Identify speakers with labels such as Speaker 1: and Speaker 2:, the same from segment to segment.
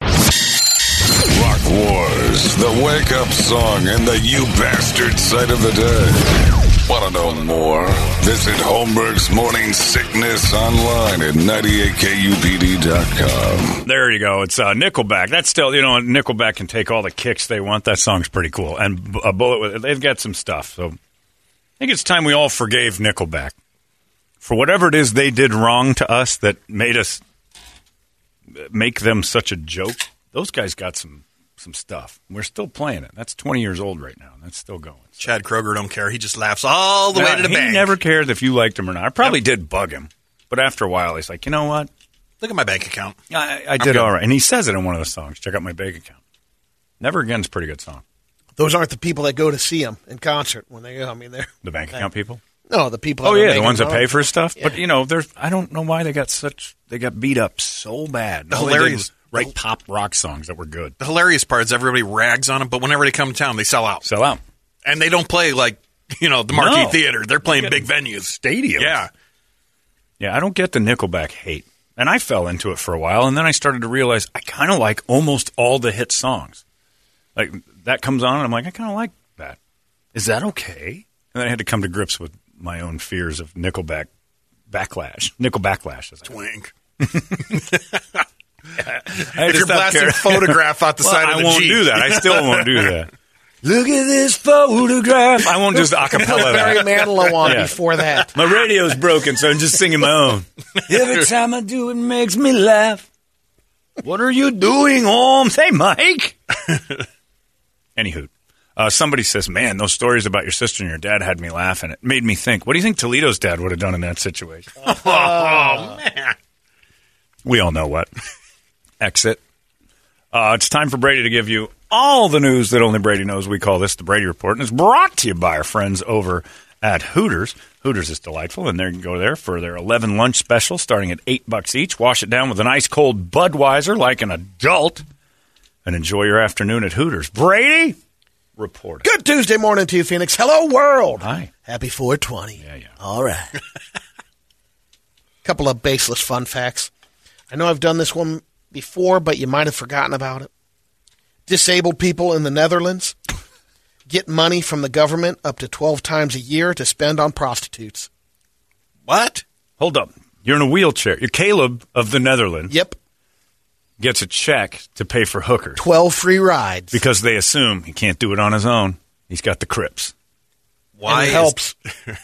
Speaker 1: Rock Wars, the wake up song, and the you bastard sight of the day. Want to know more? Visit Holmberg's Morning Sickness online at 98kupd.com.
Speaker 2: There you go. It's uh, Nickelback. That's still, you know, Nickelback can take all the kicks they want. That song's pretty cool. And B- a bullet, with, they've got some stuff. So I think it's time we all forgave Nickelback for whatever it is they did wrong to us that made us uh, make them such a joke. Those guys got some some stuff. We're still playing it. That's 20 years old right now. and That's still going.
Speaker 3: Chad Kroger don't care. He just laughs all the way to the
Speaker 2: he
Speaker 3: bank.
Speaker 2: never cared if you liked him or not. I probably did bug him, but after a while, he's like, you know what?
Speaker 3: Look at my bank account.
Speaker 2: I, I did
Speaker 3: good.
Speaker 2: all right. And he says it in one of the songs. Check out my bank account. Never Again's a pretty good song.
Speaker 4: Those aren't the people that go to see him in concert when they go. I mean, they're
Speaker 2: The bank account people.
Speaker 4: no the people.
Speaker 2: Oh
Speaker 4: that are
Speaker 2: yeah, the
Speaker 4: making
Speaker 2: ones that
Speaker 4: money.
Speaker 2: pay for his stuff. But you know, there's I don't know why they got such they got beat up so bad. All they did
Speaker 3: hilarious-
Speaker 2: was write pop rock songs that were good.
Speaker 3: The hilarious part is everybody rags on him, but whenever they come to town, they sell out.
Speaker 2: Sell out
Speaker 3: And they don't play like, you know, the Marquee
Speaker 2: No.
Speaker 3: Theater. They're playing big venues.
Speaker 2: stadiums.
Speaker 3: Yeah.
Speaker 2: yeah. I don't get the Nickelback hate, and I fell into it for a while, and then I started to realize I kind of like almost all the hit songs. Like that comes on, and I'm like, I kind of like that. Is that okay? And then I had to come to grips with my own fears of Nickelback backlash. Nickel backlash. as I
Speaker 3: Twink.
Speaker 2: I had
Speaker 3: If
Speaker 2: to
Speaker 3: you're
Speaker 2: stop
Speaker 3: blasting
Speaker 2: caring.
Speaker 3: photograph out the
Speaker 2: Well,
Speaker 3: side of
Speaker 2: I
Speaker 3: the
Speaker 2: won't
Speaker 3: Jeep.
Speaker 2: do that. I still won't do that. Look at this photograph. I won't just acapella
Speaker 4: Barry
Speaker 2: that.
Speaker 4: Manilow on
Speaker 2: Yeah.
Speaker 4: before that.
Speaker 2: My radio's broken, so I'm just singing my own. Every time I do, it makes me laugh. What are you doing, Holmes? Hey, Mike. Anywho, uh, somebody says, "Man, those stories about your sister and your dad had me laughing. It made me think. What do you think Toledo's dad would have done in that situation?"
Speaker 3: Oh, man.
Speaker 2: We all know what. Exit. Uh, it's time for Brady to give you all the news that only Brady knows. We call this the Brady Report, and it's brought to you by our friends over at Hooters. Hooters is delightful, and there you can go there for their eleven lunch special, starting at eight bucks each. Wash it down with an ice cold Budweiser, like an adult, and enjoy your afternoon at Hooters. Brady, report. it.
Speaker 4: Good Tuesday morning to you, Phoenix. Hello, world.
Speaker 2: Hi.
Speaker 4: Happy 420. Yeah,
Speaker 2: yeah.
Speaker 4: All right. Couple of baseless fun facts. I know I've done this one before, but you might have forgotten about it. Disabled people in the Netherlands get money from the government up to 12 times a year to spend on prostitutes.
Speaker 3: What?
Speaker 2: Hold up. You're in a wheelchair. You're Caleb of the Netherlands.
Speaker 4: Yep.
Speaker 2: Gets a check to pay for hookers.
Speaker 4: 12 free rides.
Speaker 2: because they assume he can't do it on his own. He's got the Crips.
Speaker 3: Why
Speaker 4: And it
Speaker 3: is-
Speaker 4: helps.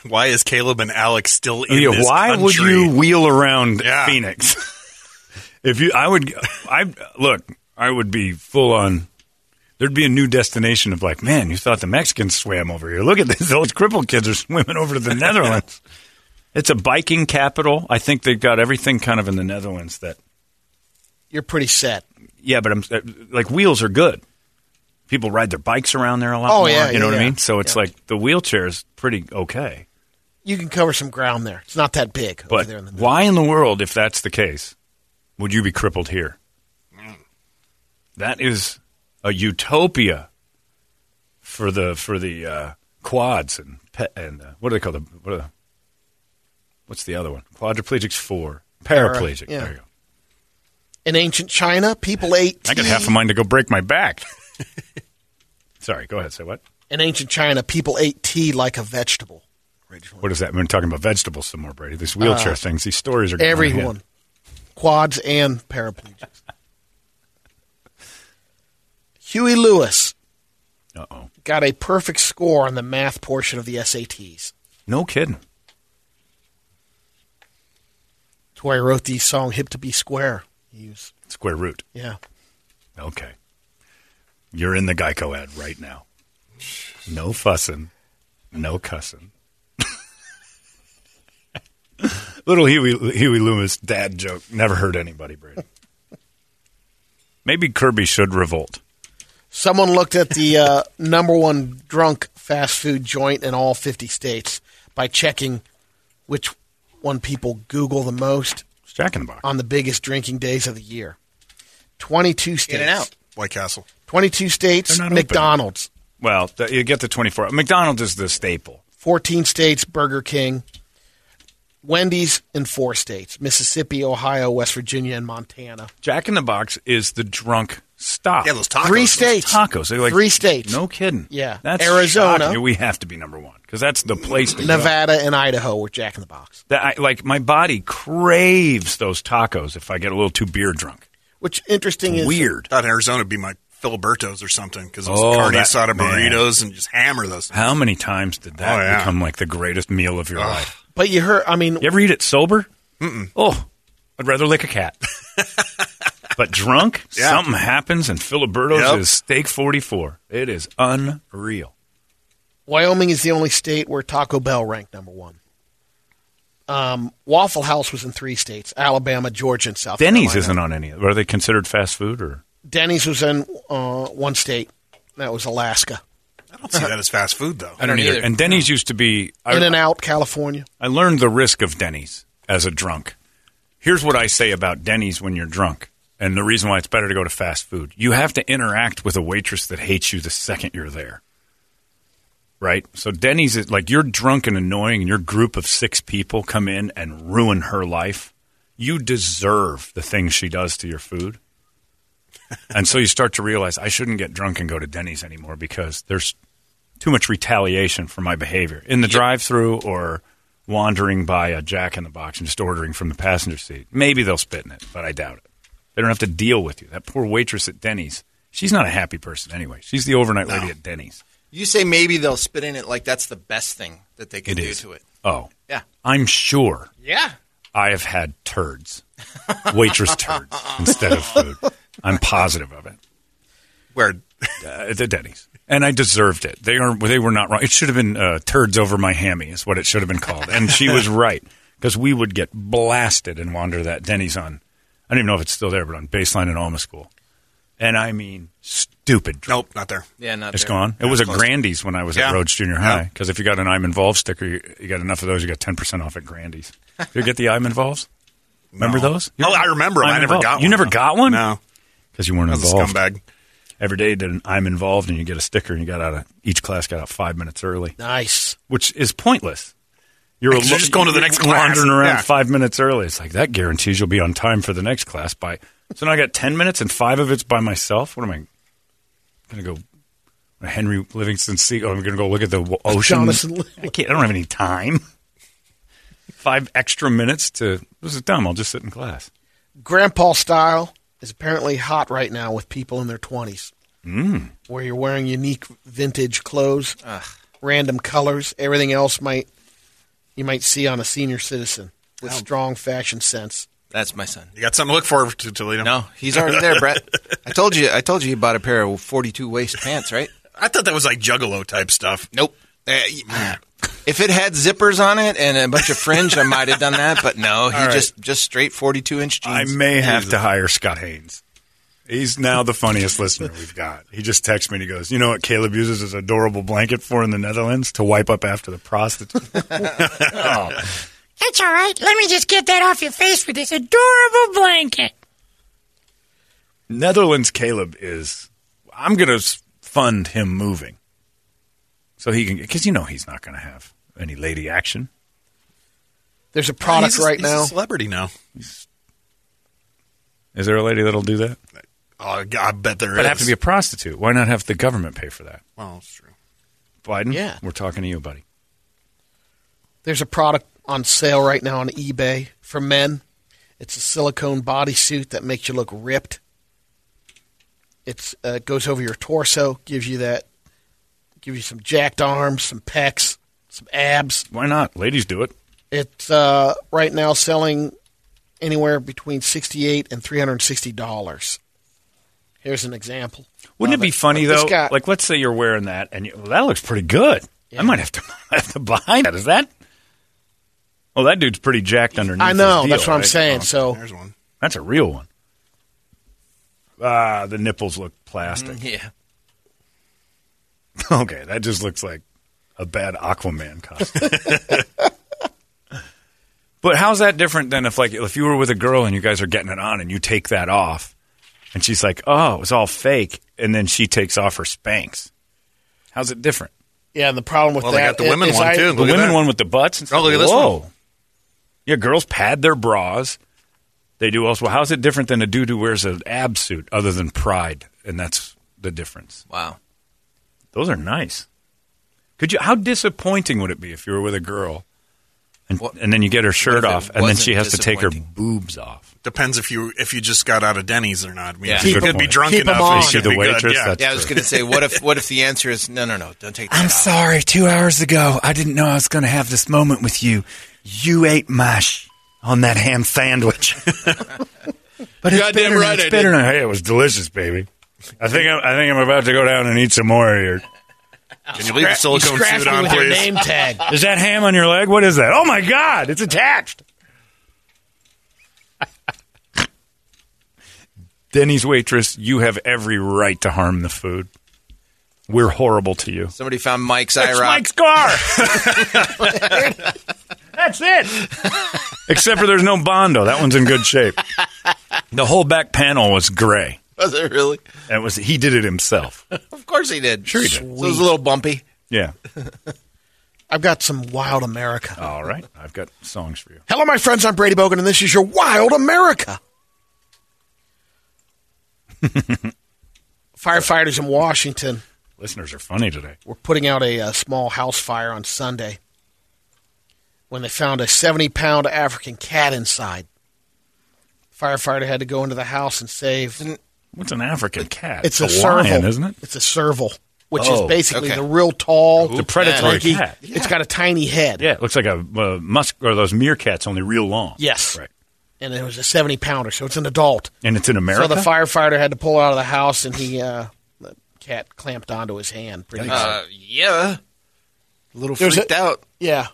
Speaker 3: why is Caleb and Alex still in
Speaker 2: Oh, Yeah,
Speaker 3: this
Speaker 2: why would
Speaker 3: country?
Speaker 2: you wheel around
Speaker 3: Yeah.
Speaker 2: Phoenix? if you, I would, I look, I would be full on. There'd be a new destination of like, man, you thought the Mexicans swam over here. Look at this; those crippled kids are swimming over to the Netherlands. It's a biking capital. I think they've got everything kind of in the Netherlands that
Speaker 4: You're pretty set.
Speaker 2: Yeah, but I'm like wheels are good. People ride their bikes around there a lot.
Speaker 4: Oh,
Speaker 2: more,
Speaker 4: yeah,
Speaker 2: you know
Speaker 4: yeah,
Speaker 2: what I
Speaker 4: yeah.
Speaker 2: mean. So it's
Speaker 4: Yeah.
Speaker 2: like the wheelchair is pretty okay.
Speaker 4: You can cover some ground there. It's not that big over
Speaker 2: But
Speaker 4: there in the middle.
Speaker 2: why in the world, if that's the case, would you be crippled here? That is a utopia for the for the uh, quads and pe- and uh, what do they call the what are the, what's the other one? Quadriplegics four paraplegic.
Speaker 4: yeah.
Speaker 2: There you go.
Speaker 4: In ancient China, people ate
Speaker 2: I got
Speaker 4: tea.
Speaker 2: half a mind to go break my back. Sorry, go ahead. Say what?
Speaker 4: in ancient China, people ate tea like a vegetable.
Speaker 2: What is that? We're talking about vegetables some more, Brady. These wheelchair things, these stories are getting out of hand.
Speaker 4: Uh, Everyone, quads and paraplegics. Huey Lewis
Speaker 2: Uh-oh.
Speaker 4: got a perfect score on the math portion of the SATs.
Speaker 2: No kidding.
Speaker 4: That's why I wrote the song "Hip to Be Square." Use
Speaker 2: Square root.
Speaker 4: yeah.
Speaker 2: Okay. You're in the Geico ad right now. No fussing. No cussing. Little Huey, Huey Loomis dad joke. Never hurt anybody, Brady. Maybe Kirby should revolt.
Speaker 4: Someone looked at the uh, number one drunk fast food joint in all 50 states by checking which one people Google the most
Speaker 2: It's Jack in the Box.
Speaker 4: on the biggest drinking days of the year. 22 states.
Speaker 5: In and out.
Speaker 3: White Castle.
Speaker 4: 22 states,
Speaker 2: They're not open.
Speaker 4: McDonald's.
Speaker 2: Well, th- you get the 24. McDonald's is the staple.
Speaker 4: 14 states, Burger King. Wendy's in four states Mississippi, Ohio, West Virginia, and Montana.
Speaker 2: Jack in the Box is the drunk stop.
Speaker 3: Yeah, those tacos.
Speaker 4: Three
Speaker 3: those-
Speaker 4: states.
Speaker 2: Tacos. They're like-
Speaker 4: Three states.
Speaker 2: No kidding.
Speaker 4: Yeah.
Speaker 2: That's
Speaker 4: Arizona.
Speaker 2: shocking. We have to be number one because that's the place to go.
Speaker 4: Nevada and Idaho were Jack in the Box,
Speaker 2: That I, like my body craves those tacos if I get a little too beer drunk.
Speaker 4: which interesting is
Speaker 2: Weird.
Speaker 3: Out in Arizona would be my Filibertos or something because those
Speaker 2: Oh,
Speaker 3: carne
Speaker 2: that-
Speaker 3: asada
Speaker 2: man.
Speaker 3: burritos and just hammer those.
Speaker 2: How many times did that
Speaker 3: Oh, yeah.
Speaker 2: become like the greatest meal of your life?
Speaker 4: But you heard, I mean,
Speaker 2: You ever eat it sober? Mm-mm. Oh, I'd rather lick a cat. but drunk,
Speaker 3: Yeah.
Speaker 2: something happens, and Filiberto's
Speaker 3: Yep.
Speaker 2: is steak forty-four. It is unreal.
Speaker 4: Wyoming is the only state where Taco Bell ranked number one. Um, Waffle House was in three states: Alabama, Georgia, and South.
Speaker 2: Denny's
Speaker 4: Carolina.
Speaker 2: isn't on any. Are they considered fast food or?
Speaker 4: Denny's was in uh, one state. That was Alaska.
Speaker 3: I don't see that as fast food though.
Speaker 2: I don't
Speaker 5: either.
Speaker 2: And Denny's used to be. I,
Speaker 4: in and out, California.
Speaker 2: I learned the risk of Denny's as a drunk. Here's what I say about Denny's when you're drunk, and the reason why it's better to go to fast food. You have to interact with a waitress that hates you the second you're there. Right? So Denny's is like you're drunk and annoying, and your group of six people come in and ruin her life. You deserve the things she does to your food. and so you start to realize I shouldn't get drunk and go to Denny's anymore because there's too much retaliation for my behavior in the drive-through or wandering by a Jack in the Box and just ordering from the passenger seat. Maybe they'll spit in it, but I doubt it. They don't have to deal with you. That poor waitress at Denny's. She's not a happy person anyway. She's the overnight lady at Denny's.
Speaker 5: You say maybe they'll spit in it like that's the best thing that they can
Speaker 2: It
Speaker 5: do
Speaker 2: is.
Speaker 5: to it.
Speaker 2: Oh,
Speaker 5: Yeah.
Speaker 2: I'm sure
Speaker 5: Yeah.
Speaker 2: I have had turds, waitress turds instead of food. I'm positive of it.
Speaker 3: Where
Speaker 2: uh, the Denny's, and I deserved it. They are they were not wrong. It should have been uh, turds over my hammy is what it should have been called, and she was right because we would get blasted and wander that Denny's on. I don't even know if it's still there, but on baseline in Alma School, and I mean stupid. Drunk.
Speaker 3: nope, not there.
Speaker 5: Yeah, not
Speaker 2: It's
Speaker 5: there.
Speaker 2: gone. It was a
Speaker 3: close.
Speaker 2: Grandy's when I was
Speaker 3: Yeah.
Speaker 2: at Rhodes Junior
Speaker 3: Yeah.
Speaker 2: High because if you got an I'm involved sticker, you, you got enough of those, you got ten percent off at Grandy's. Did you get the I'm involved? Remember
Speaker 3: No.
Speaker 2: those?
Speaker 3: Oh, I remember 'em.
Speaker 2: I'm
Speaker 3: I never
Speaker 2: involved.
Speaker 3: got one.
Speaker 2: You never got one?
Speaker 3: No,
Speaker 2: because you weren't
Speaker 3: I was a
Speaker 2: involved
Speaker 3: scumbag.
Speaker 2: every day that I'm involved and you get a sticker and you got out of each class got out five minutes early,
Speaker 4: Nice.
Speaker 2: which is pointless. You're,
Speaker 3: Because you're just going to the
Speaker 2: you're
Speaker 3: next class.
Speaker 2: Wandering around
Speaker 3: Yeah.
Speaker 2: five minutes early. It's like that guarantees you'll be on time for the next class by. So now I got ten minutes and five of it's by myself. What am I going to go? Henry Livingston Seagull. I'm going to go look at the w- ocean.
Speaker 4: Jonathan Liv-
Speaker 2: I, can't, I don't have any time. Five extra minutes to. This is dumb. I'll just sit in class.
Speaker 4: Grandpa style is apparently hot right now with people in their 20s.
Speaker 3: Hmm.
Speaker 4: Mm. Where you're wearing unique vintage clothes, random colors, everything else might you might see on a senior citizen with strong fashion sense.
Speaker 5: That's my son.
Speaker 3: You got something to look forward to, Toledo.
Speaker 5: No, he's already there, Brett. I told you. I told you he bought a pair of forty-two waist pants, right?
Speaker 3: I thought that was like Juggalo type stuff.
Speaker 5: Nope. Uh, y- if it had zippers on it and a bunch of fringe, I might have done that. But no, he
Speaker 2: right.
Speaker 5: just just straight forty-two inch jeans.
Speaker 2: I may have to hire Scott Haynes. He's now the funniest listener we've got. He just texts me and he goes, You know what Caleb uses his adorable blanket for in the Netherlands to wipe up after the prostitute?
Speaker 6: That's all right. Let me just get that off your face with this adorable blanket.
Speaker 2: Netherlands Caleb is, I'm going to fund him moving. So he can, because you know he's not going to have any lady action.
Speaker 4: There's a product
Speaker 3: He's a-
Speaker 4: right
Speaker 3: he's a
Speaker 4: now.
Speaker 3: celebrity now.
Speaker 2: Is there a lady that'll do that?
Speaker 3: Oh, I g- I bet there is.
Speaker 2: But it'd have to be a prostitute. Why not have the government pay for that?
Speaker 3: well, that's true.
Speaker 2: Biden,
Speaker 4: Yeah.
Speaker 2: we're talking to you, buddy.
Speaker 4: There's a product on sale right now on eBay for men. It's a silicone bodysuit that makes you look ripped. It's uh, it goes over your torso, gives you that, gives you some jacked arms, some pecs, some abs.
Speaker 2: Why not? Ladies do it.
Speaker 4: It's uh, right now selling anywhere between sixty-eight and three hundred sixty dollars. Here's an example.
Speaker 2: Wouldn't
Speaker 4: of
Speaker 2: it be funny
Speaker 4: But this
Speaker 2: though?
Speaker 4: guy-
Speaker 2: like, let's say you're wearing that, and you, well, that looks pretty good. I might have to I have to buy that. Is that? Well, that dude's pretty jacked underneath.
Speaker 4: I know
Speaker 2: his deal,
Speaker 4: that's what I'm
Speaker 2: right?
Speaker 4: saying.
Speaker 2: Oh,
Speaker 4: so
Speaker 3: There's one.
Speaker 2: that's a real one. Ah, the nipples look plastic.
Speaker 5: yeah,
Speaker 2: Okay, that just looks like a bad Aquaman costume. but how's that different than if like if you were with a girl and you guys are getting it on and you take that off and she's like, "Oh, it was all fake." And then she takes off her Spanx. How's it different?
Speaker 4: Yeah, and the problem with
Speaker 3: Well, they
Speaker 4: that
Speaker 3: got the women
Speaker 4: is
Speaker 3: one,
Speaker 4: I-
Speaker 3: too.
Speaker 2: The
Speaker 3: Look at
Speaker 2: women
Speaker 3: that.
Speaker 2: one with the butts. And
Speaker 3: Oh, look at this
Speaker 2: Whoa.
Speaker 3: one.
Speaker 2: Yeah, girls pad their bras. They do also. How's it different than a dude who wears an ab suit other than pride? And that's the difference.
Speaker 5: Wow.
Speaker 2: Those are nice. Could you? How disappointing would it be if you were with a girl, and
Speaker 5: What-
Speaker 2: and then you get her shirt
Speaker 5: what if it
Speaker 2: off, and then
Speaker 5: wasn't
Speaker 2: she has to take her
Speaker 5: disappointing?
Speaker 2: boobs off?
Speaker 3: Depends if you if you just got out of Denny's or not. I mean,
Speaker 5: Yeah.
Speaker 3: if you
Speaker 2: Keep
Speaker 3: could
Speaker 2: 'em
Speaker 3: be
Speaker 2: on.
Speaker 3: drunk
Speaker 4: Keep 'em
Speaker 3: enough.
Speaker 4: on.
Speaker 3: You
Speaker 4: Is
Speaker 2: she
Speaker 3: should
Speaker 2: the
Speaker 3: be good.
Speaker 2: waitress?
Speaker 3: Yeah.
Speaker 2: That's-
Speaker 5: Yeah, I was going to say, what if what if the answer is no, no, no, don't take that off.
Speaker 2: sorry. Two hours ago, I didn't know I was going to have this moment with you. You ate my sh- on that ham sandwich. but it's
Speaker 5: Goddamn
Speaker 2: now,
Speaker 5: right I
Speaker 2: better now. Hey, it was delicious, baby. I think I'm, I think I'm about to go down and eat some more here.
Speaker 3: Can you leave the
Speaker 4: You
Speaker 3: silicone
Speaker 4: scratched
Speaker 3: suit
Speaker 4: me
Speaker 3: on,
Speaker 4: with your
Speaker 3: please?
Speaker 4: name tag.
Speaker 2: Is that ham on your leg? What is that? Oh my god, it's attached. Denny's waitress, you have every right to harm the food. We're horrible to you.
Speaker 5: Somebody found Mike's eye
Speaker 2: It's
Speaker 5: rock.
Speaker 2: Mike's car. That's it. Except for there's no bondo. That one's in good shape. The whole back panel was gray.
Speaker 5: Was it really?
Speaker 2: And it was he did it himself.
Speaker 5: Of course he did.
Speaker 2: Sure he did.
Speaker 5: So it was a little bumpy.
Speaker 2: Yeah.
Speaker 4: I've got some wild America.
Speaker 2: All right. I've got songs for you.
Speaker 4: Hello, my friends. I'm Brady Bogan, and this is your Wild America. Firefighters in Washington
Speaker 2: Listeners are funny today.
Speaker 4: were putting out a, uh small house fire on Sunday when they found a 70 pound African cat inside. Firefighter had to go into the house and save.
Speaker 2: What's an African cat?
Speaker 4: It's a,
Speaker 2: lion,
Speaker 4: serval,
Speaker 2: isn't it?
Speaker 4: It's a serval, which
Speaker 2: Oh,
Speaker 4: is basically
Speaker 5: okay.
Speaker 4: the real tall,
Speaker 2: The predatory
Speaker 4: lanky-
Speaker 2: cat.
Speaker 4: It's got a tiny head.
Speaker 2: Yeah, it looks like a, uh musk or those meerkats, only real long.
Speaker 4: Yes.
Speaker 2: right.
Speaker 4: And it was a 70 pounder, so it's an adult.
Speaker 2: And it's in America.
Speaker 4: So the firefighter had to pull out of the house, and he uh, the cat clamped onto his hand. Pretty much.
Speaker 5: Uh, yeah. A little
Speaker 4: There's
Speaker 5: freaked
Speaker 4: a-
Speaker 5: out.
Speaker 4: yeah,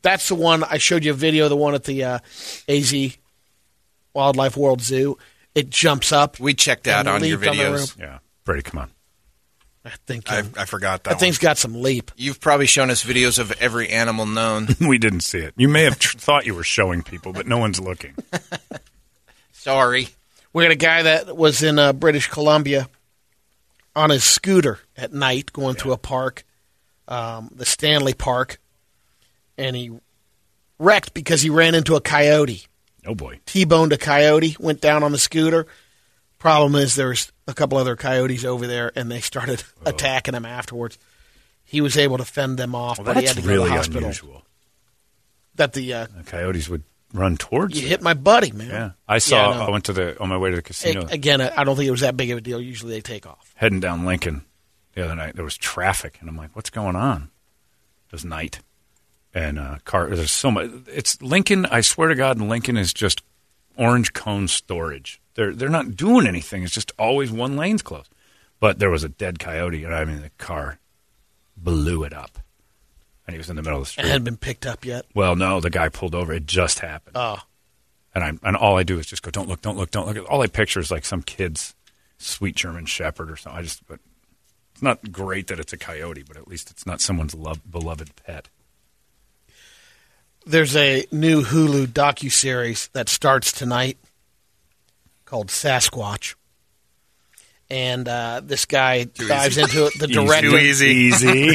Speaker 4: that's the one I showed you a video. of The one at the uh, AZ Wildlife World Zoo. It jumps up.
Speaker 5: We checked out
Speaker 4: And
Speaker 5: on your
Speaker 4: leaped on the
Speaker 5: videos.
Speaker 2: yeah, Brady, come on.
Speaker 4: I think uh,
Speaker 3: I, I forgot that.
Speaker 4: that thing's got some leap.
Speaker 5: You've probably shown us videos of every animal known.
Speaker 2: we didn't see it. You may have tr- thought you were showing people, but no one's looking.
Speaker 5: Sorry.
Speaker 4: We had a guy that was in uh, British Columbia on his scooter at night going through a park, um, the Stanley Park, and he wrecked because he ran into a coyote.
Speaker 2: Oh boy,
Speaker 4: T-boned a coyote, went down on the scooter. Problem is, there's a couple other coyotes over there, and they started
Speaker 2: Oh.
Speaker 4: attacking him afterwards. He was able to fend them off,
Speaker 2: well,
Speaker 4: but he had
Speaker 2: that's
Speaker 4: to go
Speaker 2: really
Speaker 4: to the hospital.
Speaker 2: unusual.
Speaker 4: That the uh,
Speaker 2: The coyotes would run towards.
Speaker 4: you
Speaker 2: it.
Speaker 4: hit my buddy, man.
Speaker 2: Yeah, I saw.
Speaker 4: Yeah, I know.
Speaker 2: I went to the on my way to the
Speaker 4: A-
Speaker 2: casino,
Speaker 4: again, I I don't think it was that big of a deal. Usually, they take off.
Speaker 2: heading down Lincoln the other night. There was traffic, and I'm like, "What's going on?" It was night, and uh, car. There's so much. It's Lincoln. I swear to God, Lincoln is just orange cone storage. They're they're not doing anything. It's just always one lane's closed. But there was a dead coyote, and I mean, the car blew it up, and he was in the middle of the
Speaker 4: It
Speaker 2: street.
Speaker 4: hadn't been picked up yet.
Speaker 2: Well, no, the guy pulled over. It just happened.
Speaker 4: Oh.
Speaker 2: And I and all I do is just go, don't look, don't look, don't look. All I picture is like some kid's sweet German Shepherd or something. I just, but it's not great that it's a coyote, but at least it's not someone's love, beloved pet.
Speaker 4: There's a new Hulu docu series that starts tonight called Sasquatch, and uh, this guy dives into it. The director,
Speaker 3: Too easy.
Speaker 2: Easy.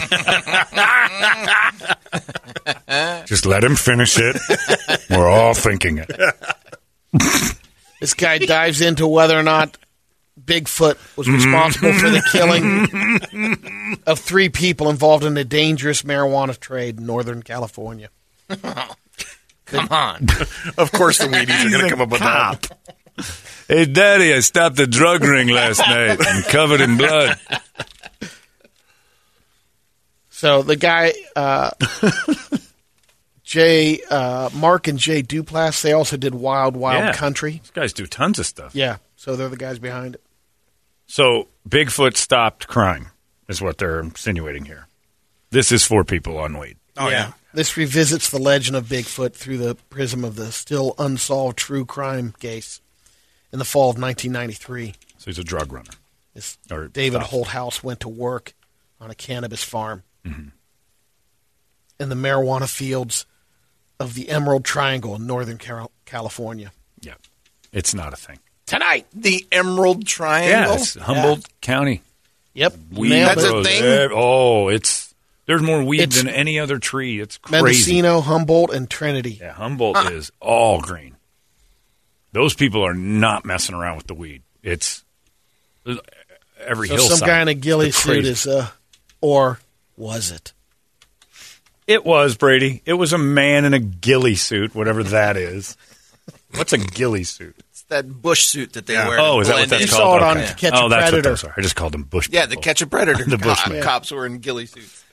Speaker 2: just let him finish it. We're all thinking it.
Speaker 4: This guy dives into whether or not Bigfoot was responsible for the killing of three people involved in a dangerous marijuana trade in Northern California.
Speaker 5: Come on.
Speaker 3: Of course, the Wheaties are going to come up with that.
Speaker 2: Hey, Daddy, I stopped the drug ring last night. I'm covered in blood.
Speaker 4: So the guy, uh, Jay uh, Mark and Jay Duplass, they also did Wild Wild
Speaker 2: Yeah.
Speaker 4: Country.
Speaker 2: These guys do tons of stuff.
Speaker 4: Yeah, so they're the guys behind it.
Speaker 2: So Bigfoot stopped crime, is what they're insinuating here. This is for people on weed.
Speaker 3: Oh, yeah.
Speaker 4: This revisits the legend of Bigfoot through the prism of the still unsolved true crime case in the fall of 1993.
Speaker 2: So he's a drug runner.
Speaker 4: This
Speaker 2: Or
Speaker 4: David
Speaker 2: stopped.
Speaker 4: Holthouse went to work on a cannabis farm
Speaker 2: Mm-hmm.
Speaker 4: in the marijuana fields of the Emerald Triangle in Northern Cal- California.
Speaker 2: Yeah. It's not a thing.
Speaker 4: Tonight.
Speaker 5: The Emerald Triangle.
Speaker 2: Yeah, it's Humboldt County.
Speaker 4: Yep.
Speaker 2: Weed
Speaker 4: nailed
Speaker 5: That's
Speaker 4: it.
Speaker 5: a
Speaker 2: grows
Speaker 5: thing?
Speaker 2: ev- oh, it's there's more weed
Speaker 4: It's-
Speaker 2: than any other tree. It's crazy.
Speaker 4: Mendocino, Ah. Humboldt, and Trinity.
Speaker 2: Yeah, Humboldt is all green. Those people are not messing around with the weed. It's every
Speaker 4: so
Speaker 2: hillside.
Speaker 4: some guy in a ghillie
Speaker 2: It's
Speaker 4: suit
Speaker 2: crazy.
Speaker 4: is, uh, or was it?
Speaker 2: It was Brady. It was a man in a ghillie suit, whatever that is. What's a ghillie suit?
Speaker 5: It's that bush suit that they wear.
Speaker 2: Oh, is that what
Speaker 5: Blend
Speaker 2: that's
Speaker 5: in.
Speaker 4: You
Speaker 2: called?
Speaker 4: saw it on
Speaker 2: Okay.
Speaker 4: To Catch a
Speaker 2: oh, that's what
Speaker 4: Predator.
Speaker 2: those are. I just called them bush.
Speaker 5: Yeah, the
Speaker 2: people.
Speaker 5: catch a predator.
Speaker 2: The
Speaker 5: co-
Speaker 2: Bushman.
Speaker 5: cops were in ghillie suits.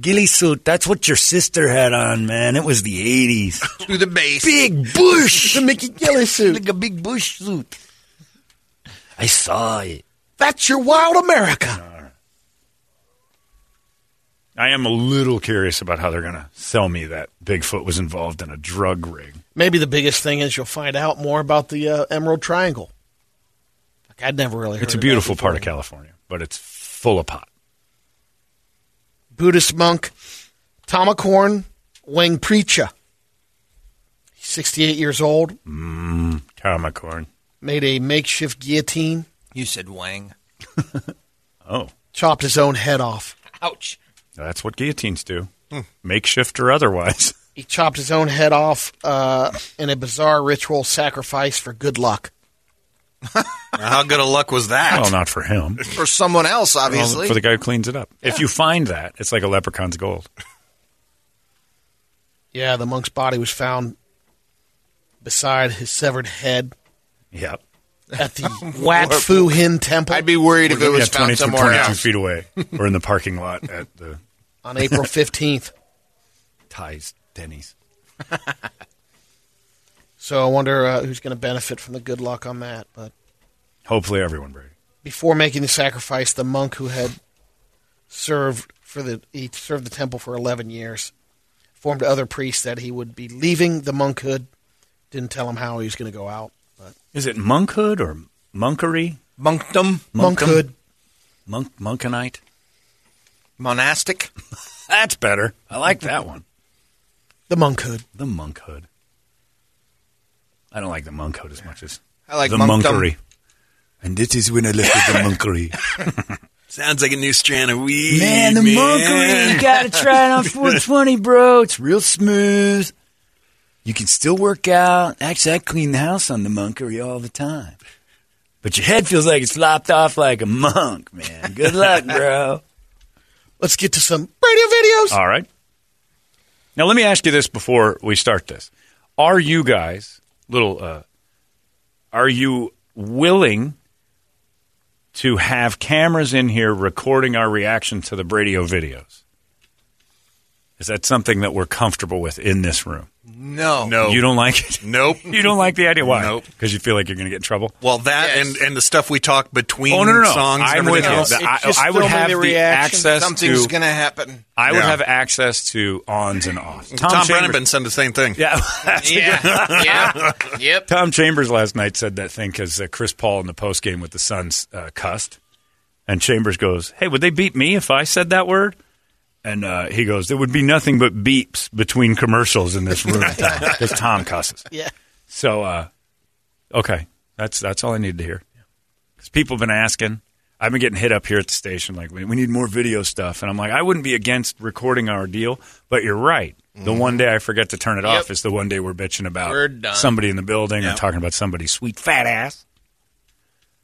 Speaker 2: ghillie suit. That's what your sister had on, man. It was the eighties.
Speaker 5: To the base.
Speaker 2: Big bush,
Speaker 4: The Mickey Gilly suit.
Speaker 2: a big bush suit. I saw it.
Speaker 4: That's your wild America.
Speaker 2: I am a little curious about how they're going to sell me that Bigfoot was involved in a drug ring.
Speaker 4: Maybe the biggest thing is you'll find out more about the uh, Emerald Triangle. Like, I'd never really heard
Speaker 2: It's a
Speaker 4: of that
Speaker 2: beautiful
Speaker 4: before.
Speaker 2: part of California, but it's full of pot.
Speaker 4: Buddhist monk Tomakorn Wang Preacha. He's 68 years old,
Speaker 2: Comicorn.
Speaker 4: made a makeshift guillotine,
Speaker 5: You said Wang.
Speaker 2: Oh,
Speaker 4: chopped his own head off.
Speaker 5: Ouch.
Speaker 2: that's what guillotines do, makeshift or otherwise.
Speaker 4: He chopped his own head off uh, in a bizarre ritual sacrifice for good luck.
Speaker 3: How good a luck was that?
Speaker 2: Well, not for him.
Speaker 5: For someone else,
Speaker 2: Well,
Speaker 5: obviously.
Speaker 2: for the guy who cleans it up. If you find that, it's like a leprechaun's gold.
Speaker 4: Yeah, the monk's body was found beside his severed head
Speaker 2: Yep.
Speaker 4: at the Wat Fu Hin Temple
Speaker 5: I'd be worried if it
Speaker 2: yeah,
Speaker 5: was found
Speaker 2: 22,
Speaker 5: somewhere
Speaker 2: 22
Speaker 5: else.
Speaker 2: feet away or in the parking lot at the
Speaker 4: on April 15th.
Speaker 2: Ties Denny's.
Speaker 4: So I wonder uh, who's going to benefit from the good luck on that. But
Speaker 2: Hopefully, everyone, Brady.
Speaker 4: before making the sacrifice, the monk who had served for the he served the temple for eleven years, informed other priests that he would be leaving the monkhood. Didn't tell him how he was going to go out. But
Speaker 2: Is it monkhood or monkery?
Speaker 5: Monkdom.
Speaker 4: monkhood,
Speaker 2: Monk, monkonite?
Speaker 5: Monastic.
Speaker 2: That's better. I like that one.
Speaker 4: the monkhood.
Speaker 2: The monkhood. I don't like the monkhood as much as
Speaker 5: I like
Speaker 2: the
Speaker 5: monkdom.
Speaker 2: monkery. And this is when I left the monkery.
Speaker 3: Sounds like a new strand of weed.
Speaker 2: You gotta try it on 420, bro. It's real smooth. You can still work out. Actually, I clean the house on the monkery all the time. But your head feels like it's flopped off like a monk, man. Good luck, bro.
Speaker 4: Let's get to some radio videos.
Speaker 2: All right. Now, let me ask you this before we start this. Are you guys, little, uh, are you willing to have cameras in here recording our reaction to the Bradio videos? Is that something that we're comfortable with in this room?
Speaker 5: No.
Speaker 3: No.
Speaker 2: You don't like it?
Speaker 3: Nope.
Speaker 2: You don't like the idea? Why?
Speaker 3: Nope.
Speaker 2: Because you feel like you're going to get in trouble?
Speaker 3: Well, that
Speaker 5: Yes.
Speaker 3: and, and the stuff we talk between
Speaker 2: Oh, no, no, no.
Speaker 3: songs. and
Speaker 2: I'm with
Speaker 3: everything
Speaker 2: you.
Speaker 3: else.
Speaker 2: The- I,
Speaker 4: just
Speaker 2: I would
Speaker 4: filming
Speaker 2: have
Speaker 4: the
Speaker 2: the
Speaker 4: reaction.
Speaker 2: access
Speaker 5: Something's
Speaker 2: to...
Speaker 5: going to happen.
Speaker 2: I would
Speaker 3: Yeah.
Speaker 2: have access to ons and offs. Tom,
Speaker 3: Tom
Speaker 2: Chambers-
Speaker 3: Brennan said the same thing.
Speaker 2: Yeah, that's a
Speaker 5: Yeah. yeah. Yep.
Speaker 2: Tom Chambers last night said that thing because uh, Chris Paul in the post game with the Suns uh, cussed, and Chambers goes, "Hey, would they beat me if I said that word?" And uh, he goes, "There would be nothing but beeps between commercials in this room because Tom cusses."
Speaker 4: Yeah.
Speaker 2: So, uh, okay, that's that's all I needed to hear because people have been asking. I've been getting hit up here at the station like we, we need more video stuff, and I'm like, I wouldn't be against recording our deal, but you're right. The one day I forget to turn it off is the one day we're bitching about
Speaker 5: Mm-hmm. We're done.
Speaker 2: somebody in the building or talking about somebody's sweet fat ass.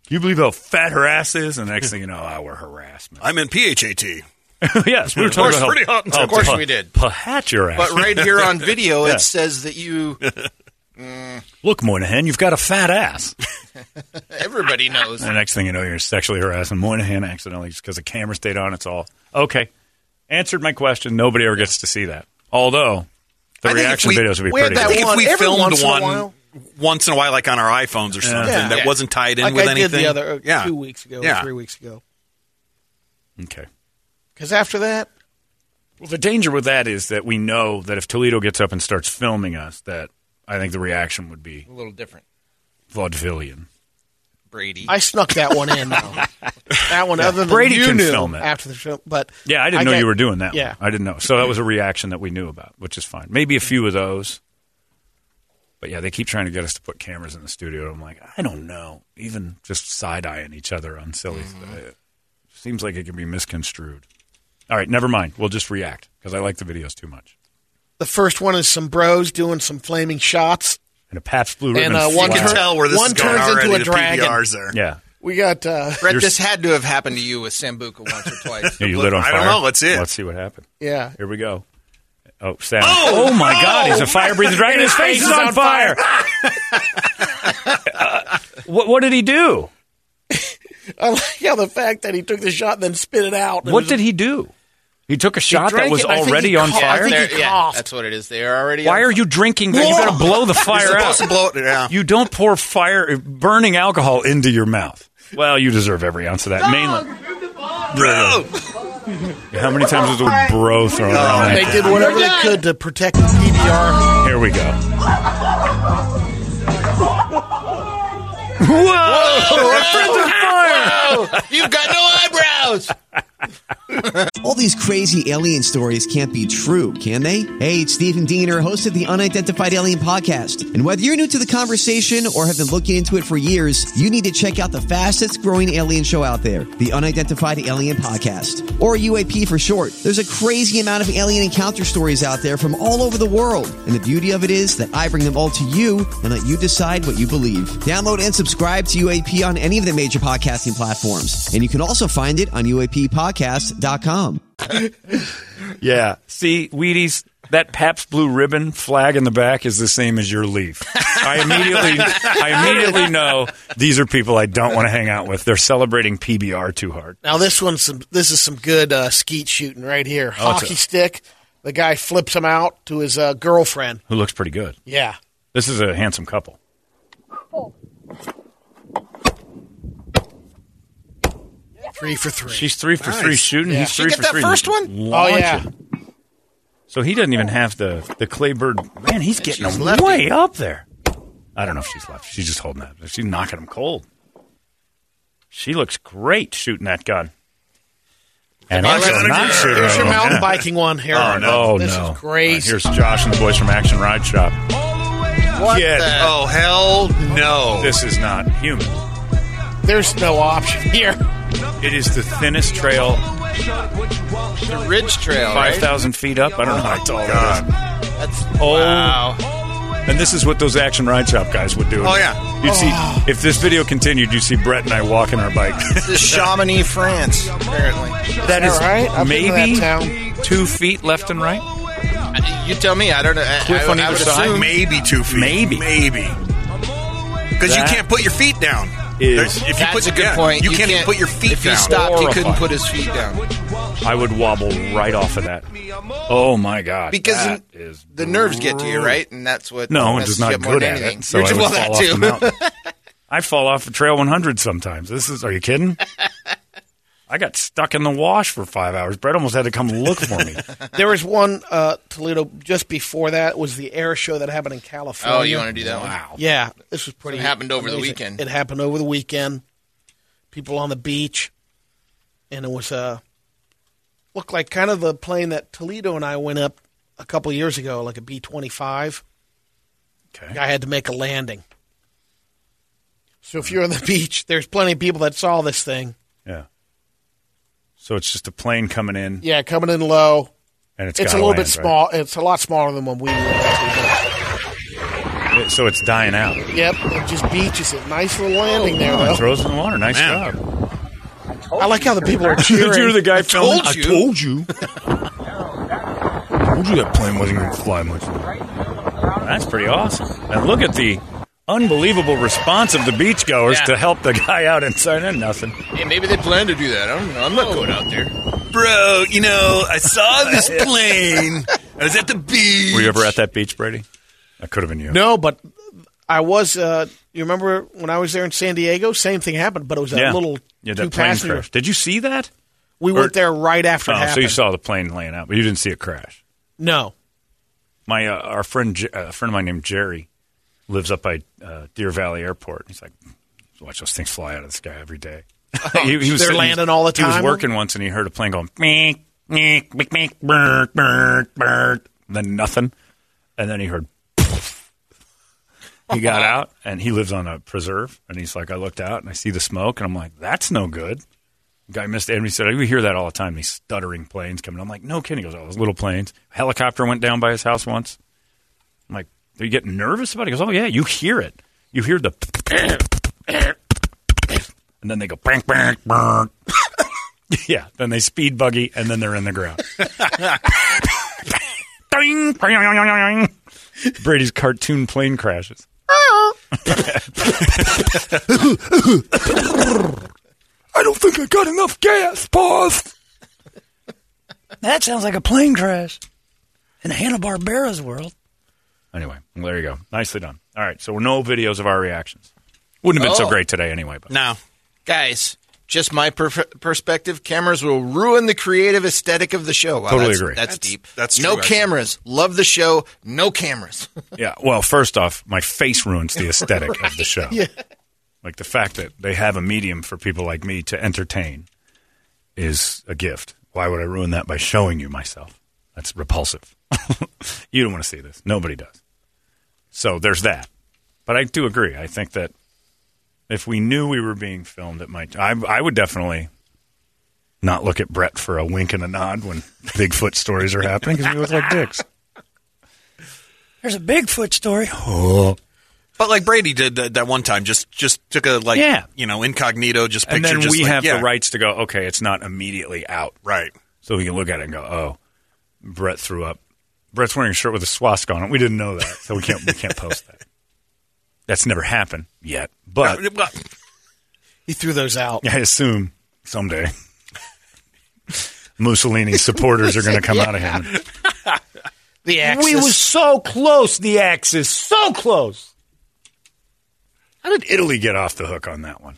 Speaker 2: You believe how fat her ass is? And the next thing you know, oh, we're harassment.
Speaker 3: I'm in PHAT.
Speaker 2: yes, we were talking
Speaker 3: course,
Speaker 2: about
Speaker 3: pretty hot and
Speaker 2: how,
Speaker 5: Of course
Speaker 2: how-
Speaker 5: we did.
Speaker 2: Pahat your ass.
Speaker 5: But right here on video, it says that you,
Speaker 2: Look, Moynihan, you've got a fat ass.
Speaker 5: everybody knows.
Speaker 2: And the next thing you know, you're sexually harassing Moynihan accidentally just because the camera stayed on. It's all okay. Answered my question. Nobody ever gets to see that. Although the
Speaker 3: I think if
Speaker 2: reaction
Speaker 3: we-
Speaker 2: videos would be
Speaker 4: we had
Speaker 2: pretty.
Speaker 4: that
Speaker 3: I
Speaker 2: good.
Speaker 3: think
Speaker 4: one
Speaker 3: if we
Speaker 4: every
Speaker 3: filmed
Speaker 4: once in a
Speaker 3: one
Speaker 4: while.
Speaker 3: once in a while, like on our iPhones or something,
Speaker 4: Yeah.
Speaker 3: that
Speaker 4: Yeah.
Speaker 3: wasn't tied in
Speaker 4: Like
Speaker 3: with
Speaker 4: I
Speaker 3: anything.
Speaker 4: did the other uh,
Speaker 3: yeah.
Speaker 4: two weeks ago,
Speaker 3: Yeah.
Speaker 4: or three weeks ago.
Speaker 2: Okay.
Speaker 4: Because after that,
Speaker 2: Well, the danger with that is that we know that if Toledo gets up and starts filming us, that I think the reaction would be
Speaker 5: A little different.
Speaker 2: vaudevillian.
Speaker 3: Brady.
Speaker 4: I snuck that one in. Though. that one, other than
Speaker 2: Brady
Speaker 4: you
Speaker 2: can
Speaker 4: knew
Speaker 2: film it.
Speaker 4: after the show. But
Speaker 2: Yeah, I didn't know
Speaker 4: got-
Speaker 2: you were doing that.
Speaker 4: Yeah,
Speaker 2: one. I didn't know. So that was a reaction that we knew about, which is fine. Maybe a few of those. But yeah, they keep trying to get us to put cameras in the studio. I'm like, I don't know. Even just side eyeing each other on silly. It seems like it can be misconstrued. All right, never mind. We'll just react because I like the videos too much.
Speaker 4: the first one is some bros doing some flaming shots.
Speaker 2: And a Pat's blue ribbon.
Speaker 4: And, uh, one
Speaker 2: flag.
Speaker 4: turn-
Speaker 3: tell where this
Speaker 4: one
Speaker 3: is going
Speaker 4: turns into
Speaker 3: already.
Speaker 4: a
Speaker 3: the
Speaker 4: dragon.
Speaker 3: PBRs there.
Speaker 2: Yeah,
Speaker 4: We got uh,
Speaker 5: Brett, this had to have happened to you with Sambuca once or twice.
Speaker 2: yeah. You lit on
Speaker 3: I
Speaker 2: fire.
Speaker 3: don't know. Let's see it.
Speaker 2: Let's see what happened.
Speaker 4: yeah.
Speaker 2: Here we go. Oh, Sam. Oh, my God. He's a fire breathing dragon. His face is on fire. Uh, what, what did he do?
Speaker 4: I like how the fact that he took the shot and then spit it out.
Speaker 2: What did he do? He took a shot that
Speaker 4: drank
Speaker 2: was
Speaker 4: it, I think
Speaker 2: already
Speaker 4: he
Speaker 2: on
Speaker 4: cough- I
Speaker 2: fire.
Speaker 4: think he
Speaker 5: There- yeah,
Speaker 4: coughed.
Speaker 5: that's what it is. They're already.
Speaker 2: Why
Speaker 5: on-
Speaker 2: are you drinking that? You better blow the fire out.
Speaker 3: Supposed to blow it. Yeah.
Speaker 2: You don't pour fire, burning alcohol into your mouth. Well, you deserve every ounce of that. Mainly.
Speaker 3: Bro.
Speaker 2: How many times was the word bro thrown around?
Speaker 4: They
Speaker 2: that
Speaker 4: did whatever they could to protect the PBR.
Speaker 2: Here we go. Whoa! Our friends are fire!
Speaker 5: You've got no eyebrows.
Speaker 7: All these crazy alien stories can't be true, can they? Hey, it's Stephen Diener, host of the Unidentified Alien Podcast. And whether you're new to the conversation or have been looking into it for years, you need to check out the fastest growing alien show out there, the Unidentified Alien Podcast, or UAP for short. There's a crazy amount of alien encounter stories out there from all over the world. And the beauty of it is that I bring them all to you and let you decide what you believe. Download and subscribe to UAP on any of the major podcasting platforms. And you can also find it on UAPpodcast.com.
Speaker 2: Yeah. See, Wheaties, that Pabst Blue Ribbon flag in the back is the same as your leaf. I immediately, I immediately know these are people I don't want to hang out with. They're celebrating PBR too hard.
Speaker 4: Now this one's some. This is some good uh, skeet shooting right here. Hockey stick. The guy flips him out to his uh, girlfriend.
Speaker 2: Who looks pretty good?
Speaker 4: Yeah.
Speaker 2: This is a handsome couple.
Speaker 4: Three for three.
Speaker 2: She's three for three shooting. He's
Speaker 5: She
Speaker 2: three
Speaker 5: get
Speaker 2: for
Speaker 5: that
Speaker 2: three.
Speaker 5: first one?
Speaker 4: oh
Speaker 2: Launch
Speaker 4: yeah.
Speaker 2: it. So he doesn't even have the the Claybird. Man, he's getting
Speaker 5: she's
Speaker 2: him
Speaker 5: lefty.
Speaker 2: way up there. I don't know if she's left. She's just holding that. She's knocking him cold. She looks great shooting that gun. And also not shooting.
Speaker 4: Here's
Speaker 2: that
Speaker 4: your
Speaker 2: gun.
Speaker 4: mountain biking one here.
Speaker 2: Oh no!
Speaker 4: This
Speaker 2: no.
Speaker 4: is crazy.
Speaker 2: All right, here's Josh and the boys from Action Ride Shop.
Speaker 5: Oh. What
Speaker 2: Yeah.
Speaker 5: the-
Speaker 3: Oh hell no.
Speaker 2: This is not human.
Speaker 4: There's no option here.
Speaker 2: It is the thinnest trail,
Speaker 5: the Ridge Trail.
Speaker 2: five
Speaker 5: Right?
Speaker 2: thousand feet up. I don't know how tall that is.
Speaker 5: That's
Speaker 2: Oh.
Speaker 5: wow.
Speaker 2: And this is what those Action Ride Shop guys would do.
Speaker 3: Oh, yeah.
Speaker 2: You'd see if this video continued, you'd see Brett and I walking our bike.
Speaker 5: This is Chamonix, France. Apparently,
Speaker 2: That is
Speaker 4: right? I've been to
Speaker 2: maybe
Speaker 4: that town.
Speaker 2: two feet left and right.
Speaker 5: I- you tell me. I don't know. I,
Speaker 2: Cliff
Speaker 5: I,
Speaker 2: on
Speaker 5: I
Speaker 2: either
Speaker 5: would
Speaker 2: side?
Speaker 5: assume
Speaker 3: Maybe two feet.
Speaker 2: Maybe.
Speaker 3: Maybe. Because you
Speaker 2: That
Speaker 3: can't put your feet down.
Speaker 2: is-
Speaker 3: There's- if you
Speaker 5: that's
Speaker 3: put
Speaker 5: a good
Speaker 3: yeah,
Speaker 5: point.
Speaker 3: You, can't, even put your feet
Speaker 5: If
Speaker 3: down.
Speaker 5: he stopped, he couldn't
Speaker 2: Horrifying.
Speaker 5: put his feet down.
Speaker 2: I would wobble right off of that. Oh my god!
Speaker 5: Because
Speaker 2: that
Speaker 5: in-
Speaker 2: is
Speaker 5: the nerves get to you,
Speaker 2: brutal.
Speaker 5: right? And that's what
Speaker 2: No, I'm just
Speaker 5: messes you
Speaker 2: not
Speaker 5: up more
Speaker 2: good
Speaker 5: than
Speaker 2: at
Speaker 5: anything.
Speaker 2: it. So I
Speaker 5: You're
Speaker 2: would
Speaker 5: just-
Speaker 2: fall
Speaker 5: well,
Speaker 2: off the
Speaker 5: that too.
Speaker 2: mountain. I fall off the Trail 100 sometimes. This is. Are you kidding? I got stuck in the wash for five hours. Brett almost had to come look for me.
Speaker 4: There was one uh, Toledo just before that was the air show that happened in California.
Speaker 5: Oh, you want to do that one?
Speaker 4: Yeah, this was pretty.
Speaker 5: It happened over the
Speaker 4: amazing.
Speaker 5: weekend.
Speaker 4: It happened over the weekend. People on the beach, and it was uh, looked like kind of the plane that Toledo and I went up a couple years ago, like a B twenty five.
Speaker 2: Okay.
Speaker 4: Guy had to make a landing. So if you're on the beach, there's plenty of people that saw this thing.
Speaker 2: Yeah. So it's just a plane coming in,
Speaker 4: Yeah, coming in low.
Speaker 2: and it's
Speaker 4: It's a
Speaker 2: gotta
Speaker 4: little
Speaker 2: land,
Speaker 4: bit small. It's a lot smaller than when we went. Actually,
Speaker 2: right? So it's dying out.
Speaker 4: but- yep, it just beaches it. Nice little landing there,
Speaker 2: Oh, it
Speaker 4: though.
Speaker 2: throws it in the water. Nice
Speaker 3: Man.
Speaker 2: job.
Speaker 4: I like how the people are cheering.
Speaker 2: You're the guy filming.
Speaker 5: told
Speaker 2: I
Speaker 5: you.
Speaker 2: told you. I told you that plane wasn't going to fly much. That's pretty awesome. And look at the unbelievable response of the beachgoers
Speaker 5: Yeah.
Speaker 2: to help the guy out inside and nothing.
Speaker 5: Hey, maybe they plan to do that. I don't know. I'm not going out there.
Speaker 3: Bro, you know, I saw this plane. I was at the beach.
Speaker 2: Were you ever at that beach, Brady? That could have been you.
Speaker 4: No, but I was. Uh, you remember when I was there in San Diego? Same thing happened, but it was a
Speaker 2: yeah.
Speaker 4: little
Speaker 2: yeah,
Speaker 4: two
Speaker 2: that plane
Speaker 4: passenger.
Speaker 2: crash. Did you see that?
Speaker 4: We
Speaker 2: Or-
Speaker 4: went there right after it
Speaker 2: Oh,
Speaker 4: happened.
Speaker 2: so you saw the plane laying out, but you didn't see it crash.
Speaker 4: No,
Speaker 2: My uh, our friend, J- uh, a friend of mine named Jerry, lives up by uh, Deer Valley Airport. He's like, watch those things fly out of the sky every day. he, he
Speaker 4: Oh, They're
Speaker 2: sitting-
Speaker 4: landing all the
Speaker 2: He was
Speaker 4: time?
Speaker 2: working once and he heard a plane going meek meek meek meek bird bird bird. Then nothing, and then he heard. He got out and he lives on a preserve. And he's like, I looked out and I see the smoke and I'm like, that's no good. Guy missed it. And he said, We hear that all the time, these stuttering planes coming. I'm like, No kidding. He goes, Oh, those little planes. helicopter went down by his house once. I'm like, Are you getting nervous about it? He goes, Oh, yeah, you hear it. You hear the. And then they go, bang, bang, bang. yeah, then they speed buggy and then they're in the ground. Ding, ding, ding, ding, ding. Brady's cartoon plane crashes. I don't think I got enough gas, boss. that sounds like a plane crash in Hanna Barbera's world. Anyway, well, there you go. Nicely done. All right, so no videos of our reactions. Wouldn't have been so
Speaker 5: Oh.
Speaker 2: great today anyway. But
Speaker 5: Now, guys, just my perf- perspective. Cameras will ruin the creative aesthetic of the show. Wow,
Speaker 2: Totally
Speaker 5: that's,
Speaker 2: agree.
Speaker 5: That's,
Speaker 3: That's-
Speaker 5: deep.
Speaker 3: that's
Speaker 5: no
Speaker 3: true, actually.
Speaker 5: cameras. Love the show. No cameras.
Speaker 2: yeah. Well, first off, my face ruins the aesthetic of the show. Like the fact that they have a medium for people like me to entertain is a gift. Why would I ruin that by showing you myself? That's repulsive. you don't want to see this. Nobody does. So there's that. But I do agree. I think that if we knew we were being filmed, it might. I, I would definitely not look at Brett for a wink and a nod when Bigfoot stories are happening because we look like dicks. There's a Bigfoot story. Oh.
Speaker 3: But like Brady did that, that one time, just just took a like
Speaker 2: Yeah.
Speaker 3: you know incognito, just picture.
Speaker 2: and then
Speaker 3: just
Speaker 2: we
Speaker 3: like,
Speaker 2: have
Speaker 3: yeah,
Speaker 2: the rights to go. Okay, it's not immediately out,
Speaker 3: right?
Speaker 2: so we can look at it and go, "Oh, Brett threw up." Brett's wearing a shirt with a swastika on it. We didn't know that, so we can't we can't post that. That's never happened yet, but
Speaker 3: Uh, well,
Speaker 4: He threw those out.
Speaker 2: I assume someday Mussolini's supporters are going to come out of him.
Speaker 4: The axis.
Speaker 2: so close. The Axis, so close. How did Italy get off the hook on that one?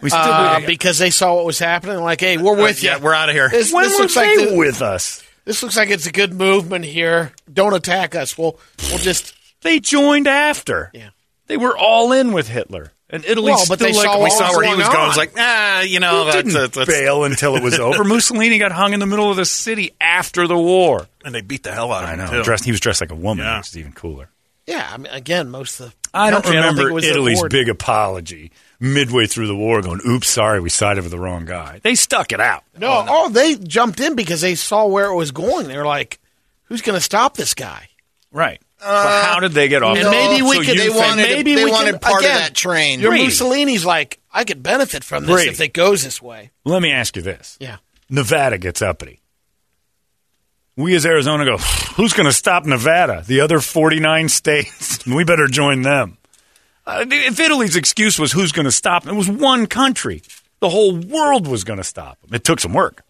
Speaker 2: We still
Speaker 4: uh, because they saw what was happening. Like, hey, we're with you.
Speaker 3: yeah, we're out of here.
Speaker 4: This,
Speaker 2: when
Speaker 4: this
Speaker 2: Uh, were
Speaker 4: looks like
Speaker 2: they
Speaker 4: the-
Speaker 2: with us?
Speaker 4: this looks like it's a good movement here. Don't attack us. We'll we'll just
Speaker 2: They joined after.
Speaker 4: Yeah.
Speaker 2: They were all in with Hitler. And Italy
Speaker 4: Well,
Speaker 2: still
Speaker 4: but they
Speaker 2: like,
Speaker 4: saw
Speaker 2: we
Speaker 4: all
Speaker 2: saw
Speaker 4: of
Speaker 2: where
Speaker 4: it.
Speaker 2: he
Speaker 3: he was
Speaker 4: going
Speaker 3: going.
Speaker 4: on?
Speaker 3: It's like ah, you know, that's,
Speaker 2: didn't
Speaker 3: that's, that's-
Speaker 2: bail until it was over. Mussolini got hung in the middle of the city after the war.
Speaker 3: and they beat the hell out of
Speaker 2: I
Speaker 3: him.
Speaker 2: know.
Speaker 3: too.
Speaker 2: Dressed, he was dressed like a woman,
Speaker 3: Yeah.
Speaker 2: which is even cooler.
Speaker 4: yeah. I mean, again, most of the
Speaker 2: I don't
Speaker 4: country,
Speaker 2: remember
Speaker 4: think it was
Speaker 2: Italy's
Speaker 4: ignored.
Speaker 2: big apology midway through the war going, oops, sorry, we sided with the wrong guy. They stuck it out.
Speaker 4: No, oh, they jumped in because they saw where it was going. They're like, who's going to stop this guy?
Speaker 2: Right. Uh, but how did they get off
Speaker 4: and
Speaker 2: the
Speaker 4: maybe
Speaker 2: hook?
Speaker 4: we
Speaker 2: So
Speaker 4: could-
Speaker 2: you
Speaker 5: they
Speaker 2: think-
Speaker 5: wanted,
Speaker 4: maybe
Speaker 5: they
Speaker 4: we
Speaker 5: wanted
Speaker 4: can-
Speaker 5: part
Speaker 4: again,
Speaker 5: of that train.
Speaker 4: Your
Speaker 2: Brady.
Speaker 4: Mussolini's like, I could benefit from this
Speaker 2: Brady.
Speaker 4: if it goes this way.
Speaker 2: Let me ask you this.
Speaker 4: Yeah.
Speaker 2: Nevada gets uppity. We as Arizona go, who's going to stop Nevada? The other 49 states? we better join them. Uh, if Italy's excuse was who's going to stop them, it was one country. The whole world was going to stop them. It took some work.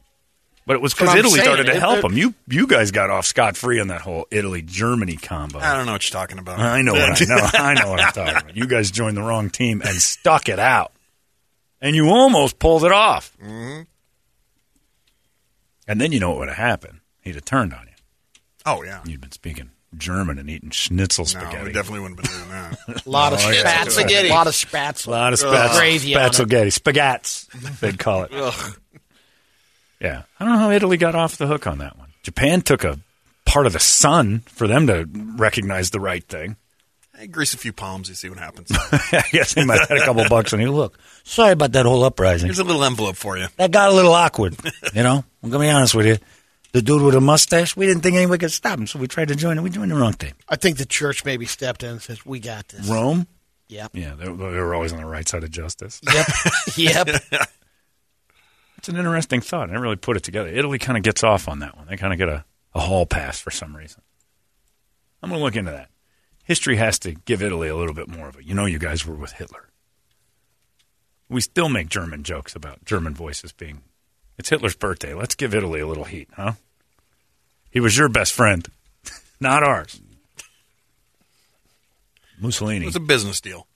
Speaker 2: But it was
Speaker 4: But
Speaker 2: because
Speaker 4: I'm
Speaker 2: Italy
Speaker 4: saying,
Speaker 2: started to
Speaker 4: if
Speaker 2: help
Speaker 4: it-
Speaker 2: them. You, you guys got off scot free on that whole Italy Germany combo.
Speaker 3: I don't know what you're talking about.
Speaker 2: I know what I know. I know what I'm talking about. You guys joined the wrong team and stuck it out, and you almost pulled it off. Mm-hmm. And then you know what would have happened? He'd have turned on you.
Speaker 3: Oh yeah,
Speaker 2: You'd been speaking German and eating schnitzel
Speaker 3: no,
Speaker 2: spaghetti.
Speaker 3: we definitely wouldn't have been doing that.
Speaker 4: A lot of
Speaker 2: Oh, yeah.
Speaker 4: spats.
Speaker 5: Spaghetti.
Speaker 4: A lot of spats.
Speaker 2: a lot of spats,
Speaker 4: Gravy on it.
Speaker 2: spaghetti, spagats. They'd call it. Yeah, I don't know how Italy got off the hook on that one. Japan took a part of the sun for them to recognize the right thing.
Speaker 3: I grease a few palms, you see what happens.
Speaker 2: I guess they might have had a couple bucks. And he look, sorry about that whole uprising.
Speaker 3: Here's a little envelope for you.
Speaker 2: that got a little awkward. You know, I'm gonna be honest with you. The dude with a mustache, we didn't think anyone could stop him, so we tried to join him. We joined the wrong thing.
Speaker 4: I think the church maybe stepped in and says, we got this.
Speaker 2: Rome?
Speaker 4: Yep.
Speaker 2: Yeah, they, they were always on the right side of justice.
Speaker 4: Yep. yep.
Speaker 2: It's an interesting thought. I didn't really put it together. Italy kind of gets off on that one. They kind of get a, a hall pass for some reason. I'm going to look into that. History has to give Italy a little bit more of it. You know, you guys were with Hitler. We still make German jokes about German voices being. It's Hitler's birthday. Let's give Italy a little heat, huh? He was your best friend, not ours. Mussolini.
Speaker 3: It was a business deal.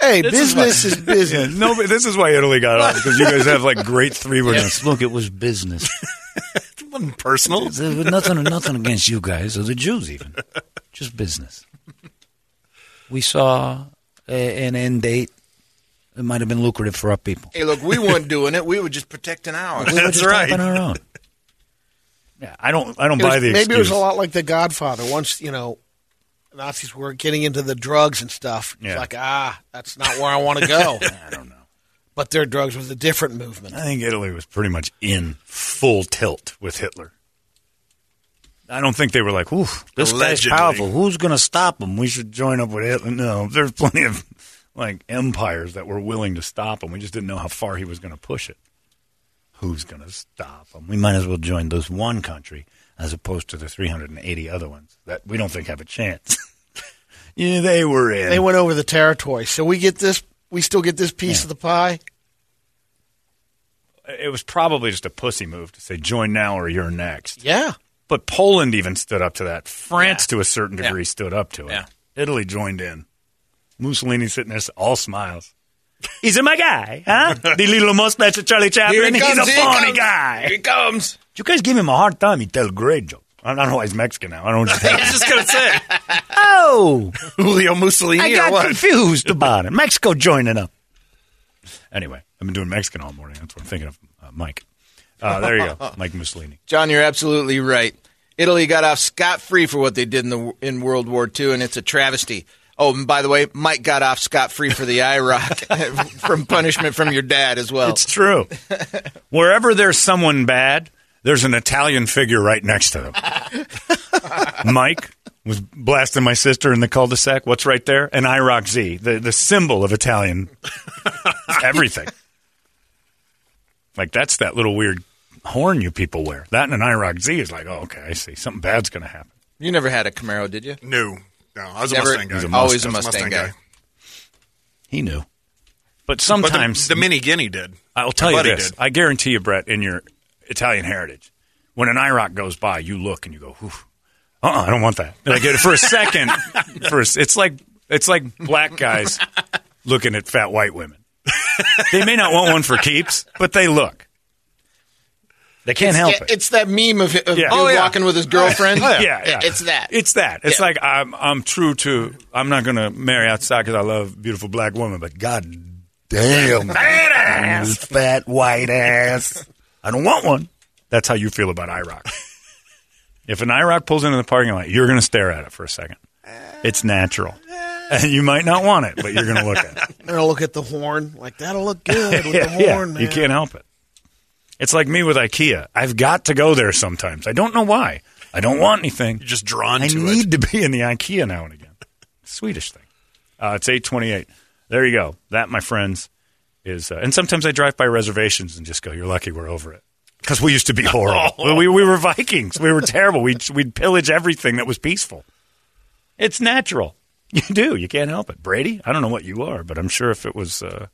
Speaker 4: Hey, business is business.
Speaker 2: No, but this is why Italy got off because you guys have like great three words. Look, it was business.
Speaker 3: It wasn't personal.
Speaker 2: There was uh, nothing, nothing against you guys or the Jews, even. Just business. We saw
Speaker 8: a, uh, an end date, it might have been lucrative for our people.
Speaker 5: Hey, look, we weren't doing it. We were just protecting ours.
Speaker 8: We were
Speaker 2: That's
Speaker 8: just
Speaker 2: right.
Speaker 8: on our own.
Speaker 2: Yeah, I don't. I don't
Speaker 4: It was-
Speaker 2: buy the
Speaker 4: maybe
Speaker 2: excuse.
Speaker 4: it was a lot like The Godfather. Once you know, Nazis were getting into the drugs and stuff. It's
Speaker 2: Yeah.
Speaker 4: like ah, that's not where I want to go. I don't know. But their drugs was a different movement.
Speaker 2: I think Italy was pretty much in full tilt with Hitler. I don't think they were like, "Ooh, this guy's
Speaker 3: Allegedly.
Speaker 2: powerful. Who's going to stop him? We should join up with Hitler." No, there's plenty of like empires that were willing to stop him. We just didn't know how far he was going to push it. Who's going to stop him? We might as well join this one country as opposed to the 380 other ones that we don't think have a chance. yeah, they were in.
Speaker 4: They went over the territory, so we get this. We still get this piece of the pie.
Speaker 2: it was probably just a pussy move to say, "Join now or you're next."
Speaker 4: Yeah,
Speaker 2: But Poland even stood up to that. France, to a certain degree, stood up to it.
Speaker 5: Yeah.
Speaker 2: Italy joined in. Mussolini sitting there, all smiles. He's my guy, huh? the little mustache of Charlie Chaplin. He's a funny guy.
Speaker 5: Here he comes.
Speaker 2: You guys give him a hard time. He tell great jokes. I don't know why he's Mexican now. I don't.
Speaker 3: I was just gonna say
Speaker 2: oh,
Speaker 3: Julio Mussolini
Speaker 2: I
Speaker 3: or
Speaker 2: got
Speaker 3: what?
Speaker 2: confused about it. Mexico joining up. Anyway, I've been doing Mexican all morning. That's what I'm thinking of, uh, Mike. Uh, there you go, Mike Mussolini.
Speaker 5: John, you're absolutely right. Italy got off scot free for what they did in the in World War II, and it's a travesty. Oh, and by the way, Mike got off scot free for the IROC from punishment from your dad as well.
Speaker 2: It's true. Wherever there's someone bad, there's an Italian figure right next to them. Mike was blasting my sister in the cul-de-sac. What's right there? An IROC Z, the, the symbol of Italian everything. Like that's that little weird horn you people wear. That and an IROC Z is like, oh, okay, I see. Something bad's going to happen.
Speaker 5: you never had a Camaro, did you?
Speaker 3: No, no, I was a
Speaker 5: Never-
Speaker 3: Mustang guy.
Speaker 5: He's a always
Speaker 3: I was
Speaker 5: a Mustang guy.
Speaker 2: He knew. But
Speaker 3: But the-
Speaker 2: sometimes
Speaker 3: the, Mini Guinea did.
Speaker 2: I'll tell you
Speaker 3: My buddy
Speaker 2: this.
Speaker 3: did.
Speaker 2: I guarantee you, Brett, in your Italian heritage, when an IROC goes by, you look and you go, Oof, uh-uh, I don't want that. Like, for a second, for a s it's like it's like black guys looking at fat white women. They may not want one for keeps, but they look. They can't help
Speaker 4: Yeah,
Speaker 2: it.
Speaker 4: it's that meme of, of
Speaker 2: Yeah.
Speaker 4: dude
Speaker 2: Oh, yeah.
Speaker 4: walking with his girlfriend.
Speaker 2: yeah, yeah.
Speaker 4: it's that.
Speaker 2: It's that. It's
Speaker 4: Yeah.
Speaker 2: like I'm I'm true to. I'm not going to marry outside because I love beautiful black women, but God damn, badass, fat white ass. I don't want one. That's how you feel about IROC. if an IROC pulls into the parking lot, you're going to stare at it for a second. It's natural, and you might not want it, but you're going to look at it.
Speaker 4: I'm gonna look at the horn. Like that'll look good with the horn, man.
Speaker 2: You can't help it. It's like me with IKEA. I've got to go there sometimes. I don't know why. I don't want anything.
Speaker 3: You're just drawn
Speaker 2: I
Speaker 3: to it.
Speaker 2: need to be in the IKEA now and again. Swedish thing. Uh, it's eight twenty-eight. There you go. That, my friends, is. Uh, and sometimes I drive by reservations and just go, "You're lucky we're over it," because we used to be horrible. we, we were Vikings. We were terrible. We'd we'd pillage everything that was peaceful. It's natural. You do. You can't help it. Brady, I don't know what you are, but I'm sure if it was uh,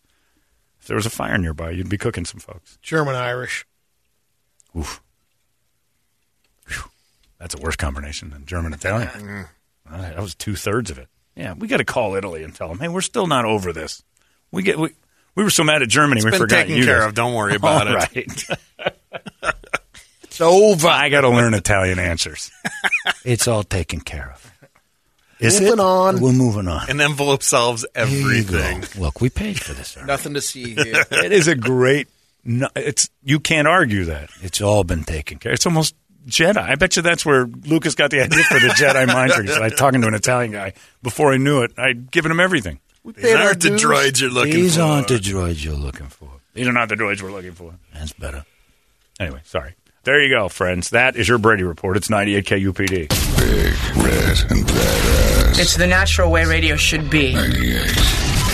Speaker 2: if there was a fire nearby, you'd be cooking some folks.
Speaker 4: German Irish.
Speaker 2: Oof. Phew. That's a worse combination than German
Speaker 3: Mm-hmm.
Speaker 2: Italian. All right, that was two thirds of it. Yeah, we got to call Italy and tell them, hey, we're still not over this. We get we, we were so mad at Germany, we
Speaker 3: been
Speaker 2: forgot
Speaker 3: taken
Speaker 2: you.
Speaker 3: care
Speaker 2: guys.
Speaker 3: of. Don't worry about
Speaker 2: All
Speaker 3: it.
Speaker 2: right.
Speaker 4: It's over.
Speaker 2: I got to learn Italian answers. it's all taken care of. Is
Speaker 4: Moving
Speaker 2: it?
Speaker 4: on.
Speaker 2: We're moving on.
Speaker 3: An envelope solves
Speaker 8: Here you go.
Speaker 3: everything.
Speaker 8: Look, we paid for this. Eric.
Speaker 5: Nothing to see here.
Speaker 2: it is a great. No, it's you can't argue that.
Speaker 8: It's all been taken care.
Speaker 2: It's almost Jedi. I bet you that's where Lucas got the idea for the Jedi mind trick. He's like talking to an Italian guy. Before I knew it, I'd given him everything.
Speaker 3: These aren't the droids you're looking
Speaker 8: These
Speaker 3: for.
Speaker 8: aren't the droids you're looking for.
Speaker 2: These are not the droids we're looking for.
Speaker 8: That's better.
Speaker 2: Anyway, sorry. There you go, friends. That is your Brady report. It's 98 KUPD.
Speaker 1: Big, red, and badass.
Speaker 9: It's the natural way radio should be.
Speaker 1: 98.